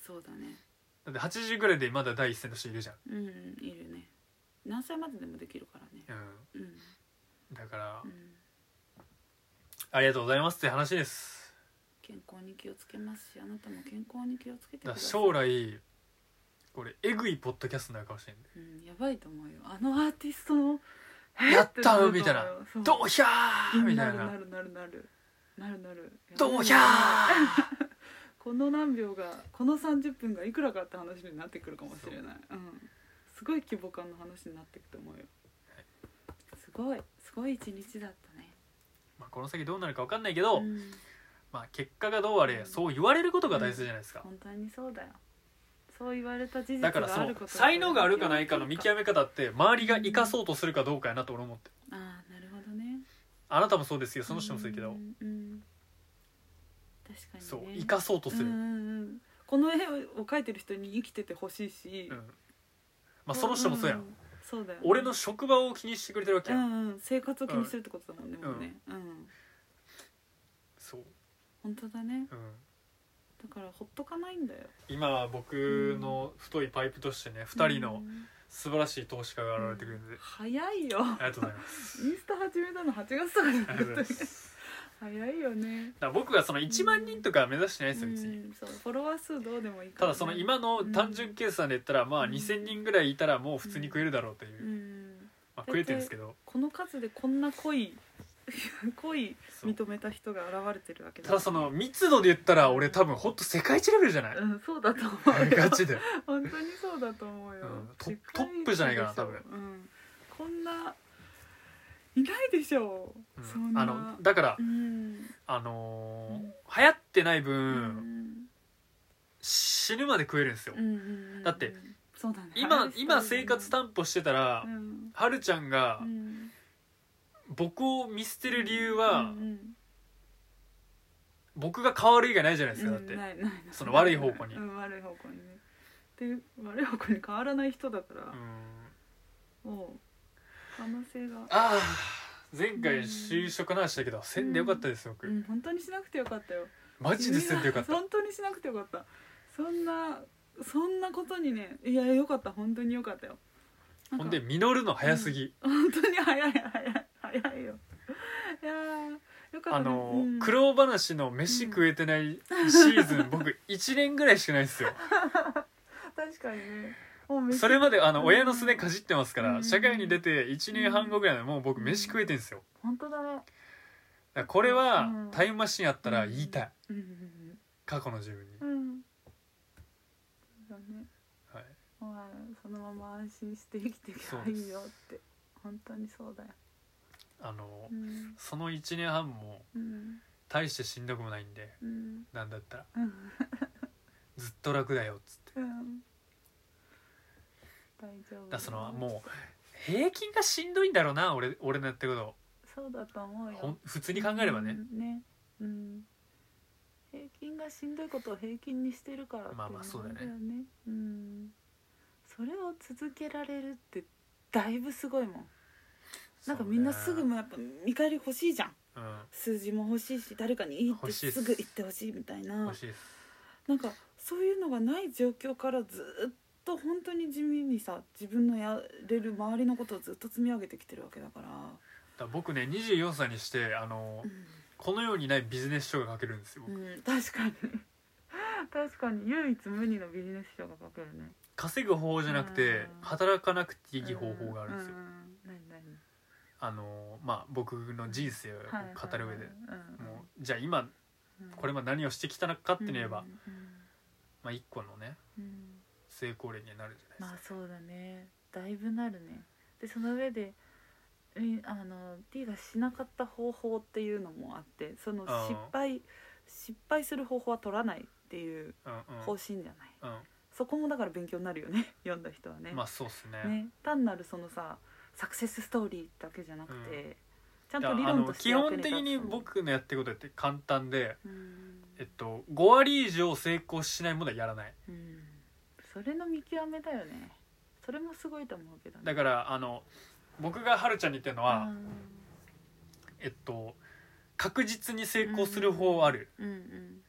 そうだね
だって80ぐらいでまだ第一線の人いるじゃん、
うんうんいるね何歳まででもできるからね
うん、
うん
だから
うん
ありがとうございますって話です
健康に気をつけますしあなたも健康に気をつけてく
だか
だ
ら
さい
将来これえぐいポッドキャストになるかもしれな
うんやばいと思うよあのアーティストの
いやった
えー
ー
って
みたい
な
な
ると思うよそう
「どうひゃー!」みたい
な
な
るなるなるなるなるなる
「どうひ
や
ゃ
ばい
ー!」
この何秒がこの30分がいくらかって話になってくるかもしれない、うん、すごい規模感の話になっていくと思うよすごいすごい一日だったね
まあこの先どうなるか分かんないけど、
ん、
まあ、結果がどうあ
う
れ
ん
そう言われることが大切じゃないですか、
本当にそうだよそう言われた事実が
だからそ
あ
の
ること
才能があるかないかの見
め
極め方って周りが生かそうとするかどうかやなと俺思って
ああなるほどね
あなたもそうですよその人もそうやけど、
んうん確かにね
そう生かそうとする、う
うん
ん
うんうんこの絵を描いてる人に生きててほしいし、
まあ、その人もそうやん、
んんそうだよね、
俺の職場を気にしてくれてるわけ
う
やん、
んうん生活を気にしてるってことだもんね、
うん
もうねうん
そう、
本当だね
うん、
だからほっとかないんだよ
今は僕の太いパイプとしてね2人の
うん
素晴らしい投資家が現れてくれるんで、
早いよ
ありがとうございます
インスタ始めたの8月とか
あ
だ
り
った
がとうござい ます
早いよね
だから僕がその1万人とかは目指してないですよ別に、
うんそうフォロワー数どうでもいいか
た
ら
だ
ね、
その今の単純計算で言ったらまあ
うん
2,000人ぐらいいたらもう普通に食えるだろうという、
うん
まあ、食えてるんですけど
この数でこんな濃い 濃い
そう
認めた人が現れてるわけだ
ただその密度で言ったら俺多分ほんと世界一レベルじゃない、
うんそうだと思うよ
ガ チで
本当にそうだと思うよ、
うんト
世
ト
界
ップじゃないかな
一
多
でしょ
分
うん、こんないないでしょう、
うん
そんな
あのだから
うん
あのー流行ってない分、
うん
死ぬまで食えるんですよ、
うんうん
だって
そうだね
今今生活
た
担保してたら、
うん
はるちゃんが
うん
僕を見捨てる理由は、
うんうん
僕が変わる以外ないじゃないですか、
うん
だって、
ないないない
その悪い方向に
うん、悪い方向にねで悪い方向に変わらない人だから
う、ん
もう可能性が
ああ前回就職の話だけど、せんでよかったです僕、
うん本当にしなくてよかったよ
マジでせんでよかった、
本当にしなくてよかったそんなそんなことにねいやよかった本当によかったよなんか
ほんで実るの早すぎ、
本当に早い早い早いよいやーよかった
あの、
うん
苦労話の飯食えてないシー ズン、僕1年ぐらいしかないですよ
確かにねもうめっちゃ
それまであ
う
の
ん
親のすねかじってますから、
うん
社会に出て1年半後ぐらいのもう僕飯食えてんですよ
本当だ
だ
ね
からこれは
うん
タイムマシンやったら言いたい
うん
過去の自分に
うんうんよね
はい、
はいそのまま安心して生きていけばいいよって本当にそうだよ
あの
うん
その1年半も
うん
大してしんどくもないんで
うん
なんだったら
うん
ずっと楽だよっつって
うん大丈夫
だからそのもう平均がしんどいんだろうな俺俺のやってるこ
そうだと思う
と
よ
ほん普通に考えればね、
うんねうん平均がしんどいことを平均にしてるからって
まあまあそうだよね
いうのもあるよねうんそれを続けられるってだいぶすごいもんなんかみんなすぐ
そうね
もやっぱ見返り欲しいじゃん
うん
数字も欲しいし誰かにいいって
欲しいっ
す
す
ぐ言ってほしいみたいな
欲しいです
なんかそういうのがない状況からずっと本当に地味にさ自分のやれる周りのことをずっと積み上げてきてるわけだから、
だから僕ね24歳にしてあのこの世にないビジネス書が書けるんですよ、僕
うん、確かに 確かに唯一無二のビジネス書が書けるね
稼ぐ方法じゃなくて
うん
働かなくていい方法があるんですよ、
う何何
あのまあ僕の人生を
はい
語る上で、
はいはいうん
もうじゃあ今
うん
これまで何をしてきたのかって言えば、
うん
まあ一個のね
うんうん
成功例にはなるじゃない
ま
で
あ
すか、
そうだねだいぶなるねでその上でうんあの T がしなかった方法っていうのもあってその
あー
失敗失敗する方法は取らないっていう方
うん
針じゃない、
うん、
そこもだから勉強になるよね 読んだ人はね
うん、まあそうっすね
ね、単なるそのさサクセスストーリーだけじゃなくて、
うん
ちゃん
だ
と
か
理
らあ
論と
の
して
基
役
本
立つ
的に僕のやってることって簡単で、
うん、
えっと、5割以上成功しないものはやらない
うん、それの見極めだよねそれもすごいと思うけどね
だからあの僕がはるちゃんに言ってるのは、
うん
えっと確実に成功する方はある、
うんうん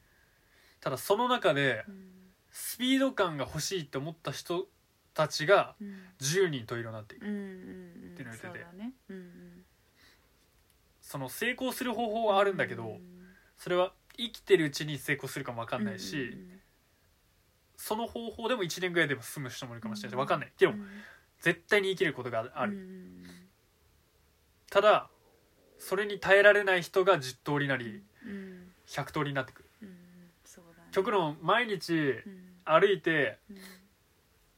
ただその中で
うん
スピード感が欲しいって思った人たちが
うん
10人と色になっていく
うんうん
っていうの
う
を
ん
言ってて
そうだねうんうん
その成功する方法はあるんだけ
う
ど
ん
それは生きてるうちに成功するかも分かんないし、
うんうん
その方法でも1年ぐらいでも済む人もいるかもしれないし
うん
分かんないで
う
も
ん
絶対に生きることがある、
うんうん
ただそれに耐えられない人が10通りなり
うん
100通りになってくる
うんそうだね
極論毎日
うん
歩いて
うん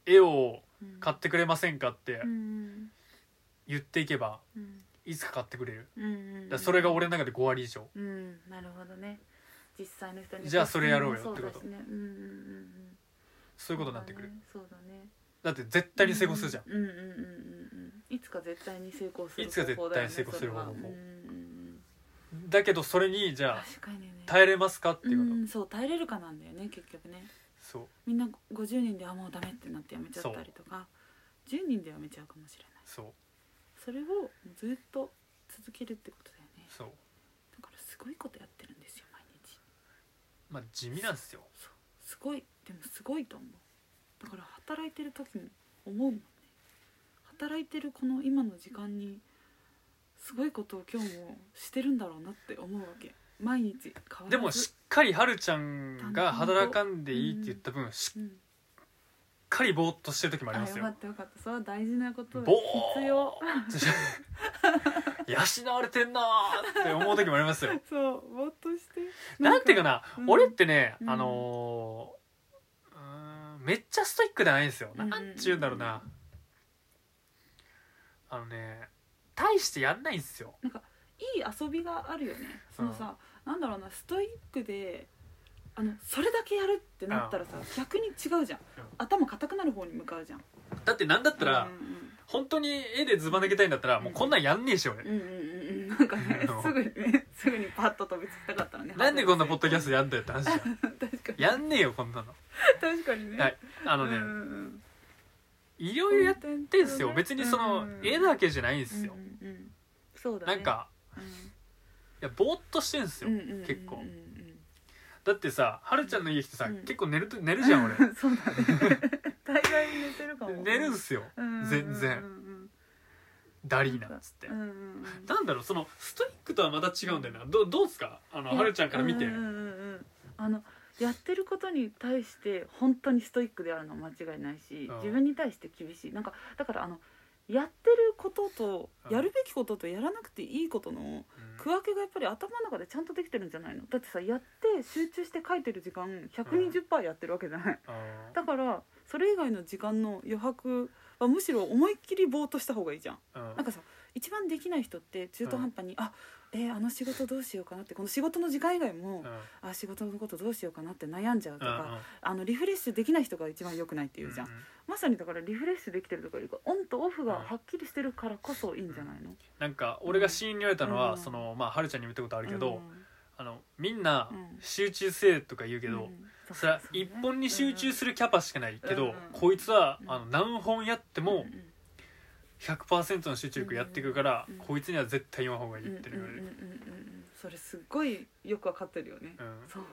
絵を
うん
買ってくれませんかって
うん
言っていけば
うん
いつか買ってくれる
うんうん
だからそれが俺の中で5割以上
うんなるほどね実際の人に
じゃあそれやろうよ
そうだし
ってこと
ねうんうんうんうん
そういうことになってくる
そうだね
だって絶対に成功するじゃん、
うんうんうんうんうんうんいつか絶対に成功する
いつか絶対に成功する
方
方
法
法
だよねそれはうんうんうん
だけどそれにじゃあ
確かにね
耐えれますかっていうこと、
うんそう耐えれるかなんだよね結局ね
そう
みんな50人であもうダメってなってやめちゃったりとか10人でやめちゃうかもしれない
そう
それをずっと続けるってことだよね
そう
だからすごいことやってるんですよ毎日
まあ地味なんですよ
そうすごいでもすごいと思うだから働いてる時も思うもんね働いてるこの今の時間にすごいことを今日もしてるんだろうなって思うわけ毎日変わらず
でもしっかりはるちゃんが働かんでいいって言った分しっ
うん、
かりぼーっとしてる時もあり
あ
ます
よ
よ
かったよかったそれは大事なこと
ぼ
必要
ーっとして養われてんなーって思う時もあります よ
そうぼーっとして
なんていうかな、
うん
俺ってね、
うん
あのーうーんめっちゃストイックじゃないんですよ、
うん
なんちゅうんだろうなあのね大してやんないんですよ
いい遊びがあるよねそのさ、なんだろうなストイックであのそれだけやるってなったらさ、逆に違うじゃん、頭固くなる方に向かうじゃん
だってなんだったら、
うんうん
本当に絵でずば抜けたいんだったらもうこんなんやんねえし俺、
うんうんうんうんなんかねすぐにねすぐにパッと飛びつきたかったのね
なんでこんなポッドキャスト
や
やんだよって話じゃん
確かに
やんねえよこんなの
確かにね、
はいあ
あ
のね、
うんうん、
いろいろやって
ん
んすよ別にその絵だけじゃないんですよ
う、んうんうん、そうだね
なん、か
う
いやぼーっとしてんすよ、
んうんうんうんうん、
結構
うんうん
だってさはるちゃんの家来てさ、
うん
結構寝ると寝るじゃん俺
うん そうだね大概寝てるかも
寝るん
す
すよ全
全
然
うん
ダリーナっつって
うんうんうん
なんだろうそのストイックとはまた違うんだよなどどうですかあのはるちゃんから見て
うんうんうんうんあのやってることに対して本当にストイックであるのは間違いないし
うん
自分に対して厳しいなんかだからあのやってることと
うん
やるべきこととやらなくていいことの区分けがやっぱり頭の中でちゃんとできてるんじゃないのだってさやって集中して書いてる時間120%やってるわけじゃない
うん
だからそれ以外の時間の余白はむしろ思いっきりぼーっとした方がいいじゃん
うん
なんかさ一番できない人って中途半端に、あえーあの仕事どうしようかなってこの仕事の時間以外も、
うん
あ仕事のことどうしようかなって悩んじゃうと
うんうん
か、あのリフレッシュできない人が一番良くないっていうじゃん、
うん
まさにだからリフレッシュできてるとかいうかオンとオフがはっきりしてるからこそいいんじゃないの、
なんか俺が死因に言われたのは、
うん
そのまあはるちゃんにも言ったことあるけ
うん
ど、あのみんな
うん
集中せえとか言うけど、
うん
それは一本に集中するキャパしかないけど、
うん
こいつは
うん
あの何本やって
うん
も100%の集中力やっていくから、
うん
こいつには絶対言わん方がいいって言われ
うんうんうん
る、
うんうんそれすっごいよくわかってるよね、
うん
そう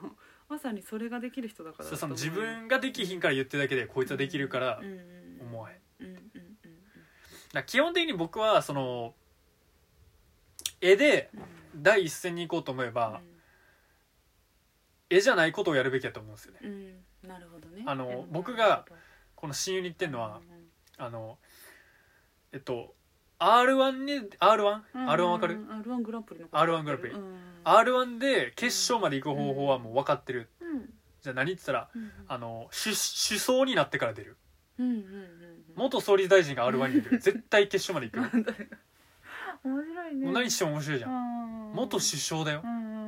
まさにそれができる人だから
そうその
だと
自
思うよ
分ができひんから言ってるだけでこいつはできるから
うんうんうん
思わへん、だ
うんうんうん
から基本的に僕はその絵で
うん
第一線に行こうと思えば、絵じゃないことをやるべきだと思うんですよね
うんうんなるほどね
あの僕がこの親友に言ってるのは、あのえっと R1 に R1?R1 わかる、
R1 グランプリの
R1 グランプリ R1 で決勝まで行く方法はもう分かってる、じゃあ何って言ったらあの首首相になってから出る
もっ
元総理大臣が R1 に出 る絶対決勝まで行く
面白いね
もう何しても面白いじゃん
ん
元首相だよ
うんうんう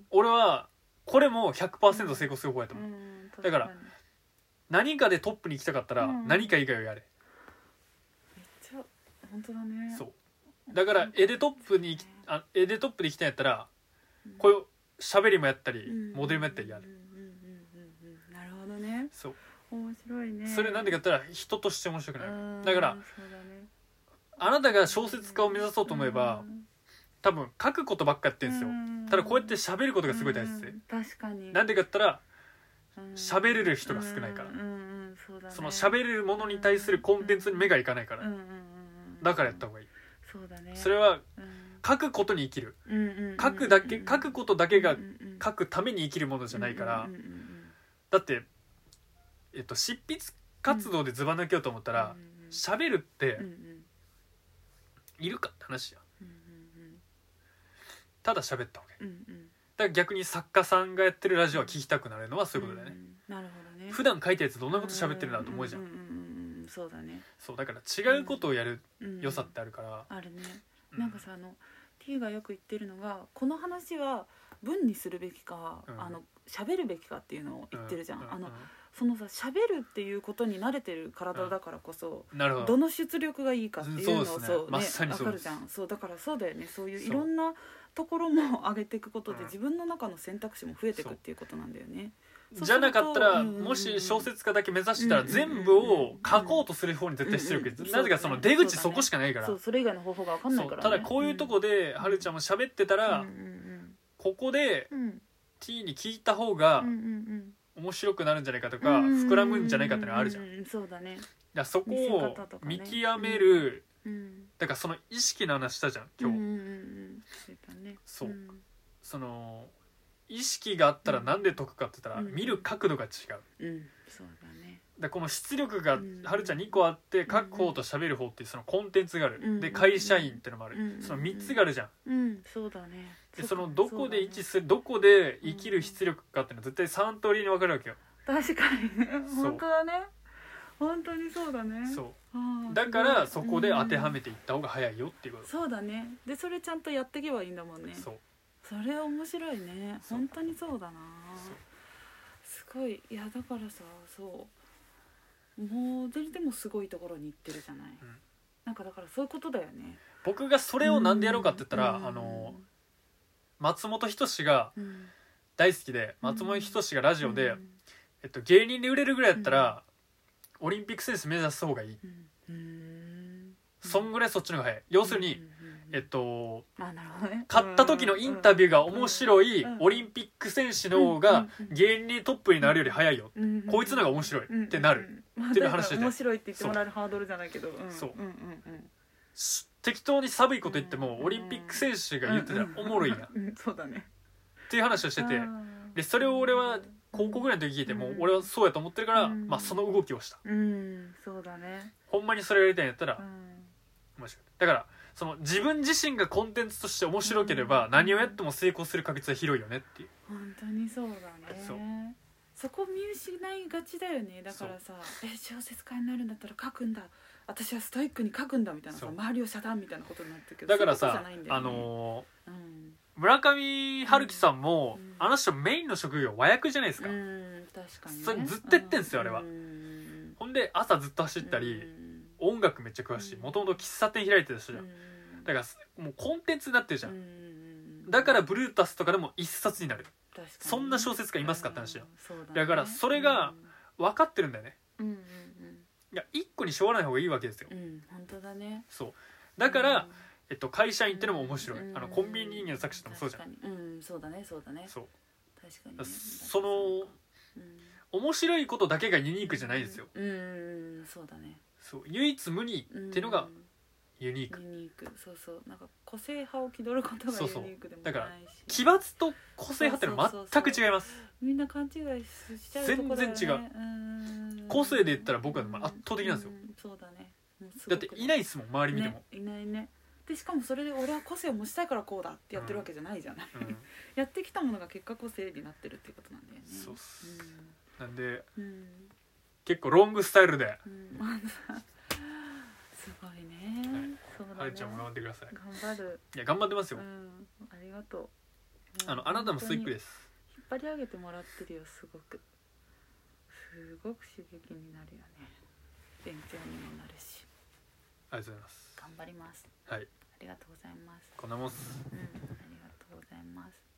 ん
俺はこれも100%成功する方やと
うんう
思うん
うん
だから
確にめっ
何かでトップに行きたかったら
うん
何か以外をやれ
ちゃ本当だね
そうだから絵でトップに行きあ絵でトップで行きたいんやったら
うん
こういう喋りもやったり
うん
モデルもやったりや
う
る
んうんうんうんうんなるほどね
そう
面白いね
それなんでかって言ったら人として面白くなる
うん
だから
そうだね
あなたが小説家を目指そうと思えば多分書くことばっかやってんですよ
ん
ただこうやって喋ることがすごい大切
う
で
ん確かに
なんでかって言ったら
うん
喋れる人が少ないから
うんうんうんそうだね
その喋れるものに対するコンテンツに目がいかないか
うん
ら
うんうんうん
だからやった方がいい
そうだね
それは
うん
書くことに生きる
うんうんうん
書くだけ書くことだけが
うんうんうん
書くために生きるものじゃないから
うんうんうんうん
だってえっと執筆活動でずば抜けようと思ったら
うんうんうん
喋るって
うんうん
いるかって話や
うんうん
ただ喋ったわけだか
うんうんうん
ら逆に作家さんがやってるラジオは聞きたくなるのはそういうことだよね
んんなるほどね
普
段
段書いたやつどんなこと喋ってるなと思うじゃん
んうんうんそうだね
そうだから違うことをやる
うん
良さってあるから、
あるね
う
なんかさあの T がよく言ってるのがこの話は文にするべきか、
うん
あの喋るべきかっていうのを言ってるじゃん、
うう
あのそのさ喋るっていうことに慣れてる体だからこそ、
なるほ
ど
ど
の出力がいいかっていうのを
そうですね
そうね
まさに
わ
そう
か
で
る
す
じゃんそうだからそうだよねそういう
そう
いろんなところも上げていくこと
うん
で自分の中の選択肢も増えていくっていうことなんだよね。
じゃなかったら
そうするとうん
もし小説家だけ目指してたら
うん
全部を書こうとする方に絶対してるけど
うん
なぜかその出口そこしかないから
そうそれ以外の方法がわかんな
そ
いか
う
ら、ね、
ただこういうとこではるちゃんも喋ってた
が
ら
うんうん
ここで
うん
T に聞いた方
う
が
んうんうん
面白くなるんじゃないかと
う
か
んうん
膨らむんじゃないかってのがあるじゃん
う
だか
うそうだね
らそこ
見せ
を
方とか
見
ね
極める
うん
だからその意識の話したじゃん今
うん
日
うんうんそうだね
そうんその意識があったらなんで解くかって言ったら
うん
見る角度が違う
うんそうだね
だからこの出力が
うん
はるちゃん2個あって書く方と喋る方っていうそのコンテンツがある、
うん
で会社員ってのもある、
うん
その3つがあるじゃん、
うんそうだね
で
う
そのどこで位置
そう
する、どこで生きる出力かっていうのは絶対3通りに分かるわけよ、
だね確かにね
そう
本当だね本当にそうだね
そ
あ
う
あ
だからそこで当ては
うん
めていった方が早いよっていうこ
そうだねでそれちゃんとやっていけばいいんだもん
と、
ね
そう
それ面白いね
そう
本当にそうだな
そう
すごいいやだからさそうモデルでもすごいところに行ってるじゃない、
ん
なんかだからそういうことだよね
僕がそれをなんでやろうかって言ったら、
うん
あの松本人志が
うん
大好きで松本人志がラジオで、
うん
えっと、芸人で売れるぐらいやったら、オリンピック選手目指す方がいい
うん
そんぐらいそっちの方が早い要するに、
うんうんうん
えっと
あなるほどね
買った時のインタビューが面白い
うん
オリンピック選手の方が芸人トップになるより早いよ
うん
こいつのが面白いってなる、
うんうんうん
っていう話で
まあだから面白いって言ってもらえるハードルじゃないけどん
そうん
うん
し適当に寒いこと言っても
うん
オリンピック選手が言ってたらおもろいやんっ
うんそうだね
ていう話をしてて
あー
でそれを俺は高校ぐらいの時聞いてもう俺はそうやと思ってるから
うん
まあその動きをした
うんそうだね
ほんまにそれやりたいんやった
う
ら
ん
面白いだからその自分自身がコンテンツとして面白ければ
うん
何をやっても成功する確率は広いよねっていう
本当にそうだね
そう
そこ見失いがちだよねだからさ「え小説家になるんだったら書くんだ私はストイックに書くんだ」みたいなさ
そう
周りを遮断みたいなことになってるけど
だから
そういう
さ
ことじゃないんだ
あ
よね
のー
うん
村上春樹さんも、
うん
あの人メインの職業和訳じゃないですか、
うん確かにね
それずっとやってんすよあれは
うん
ほんで朝ずっと走ったり、
うん
音楽めっちゃ詳しいもともと喫茶店開いてた人じゃん、
うん
だからもうコンテンツになってるじゃん、
うん
だからブルータスとかでも一冊になる
確かにね
そんな小説家いますかって話よ
うんそうだね
だからそれが分かってるんだよね
うんうん
いや一個に絞らない方がいいわけですよ、
うんうん本当だね
そうだから、
うん
えっと、会社員ってのも面白い、
うん
あのコンビニ人間の作者とかもそうじゃん
確かにうんそうだねそうだね
そう
確かに
だ
ね
その
うん
面白いことだけがユニークじゃないですよ、
うんそうだね
そう唯一無二
うん
っていうのがユニーク、
ユニークそうそうなんか個性派を気取ることが
そう
ユ
そう
ニークでも
だ
ない
から
し
奇抜と個性派ってのは全く違います
みんな勘違いしちゃうとこだよね
全然違
うん
個性で言ったら僕はまあ圧倒的なんですよ
うそうだねもうすごく
だっていないですもん周り見ても、
ねいないねでしかもそれで俺は個性を持ちたいからこうだってやってるわけじゃないじゃない、
うん、
やってきたものが結果個性になってるってことなんだよね
そうっすなんで
うんうん
結構ロングスタイルで
うんすごいね、
はい
そうだね
はるちゃんも頑張ってください
頑張る
いや頑張ってます
う
よ、
んありがとう
あのあなたもスイック
す
です
引っ張り上げてもらってるよすごくすごく刺激になるよね勉強にもなるし
ありがとうございます
頑張ります
はい
ありがとうございます
こんなもんっす
うんありがとうございます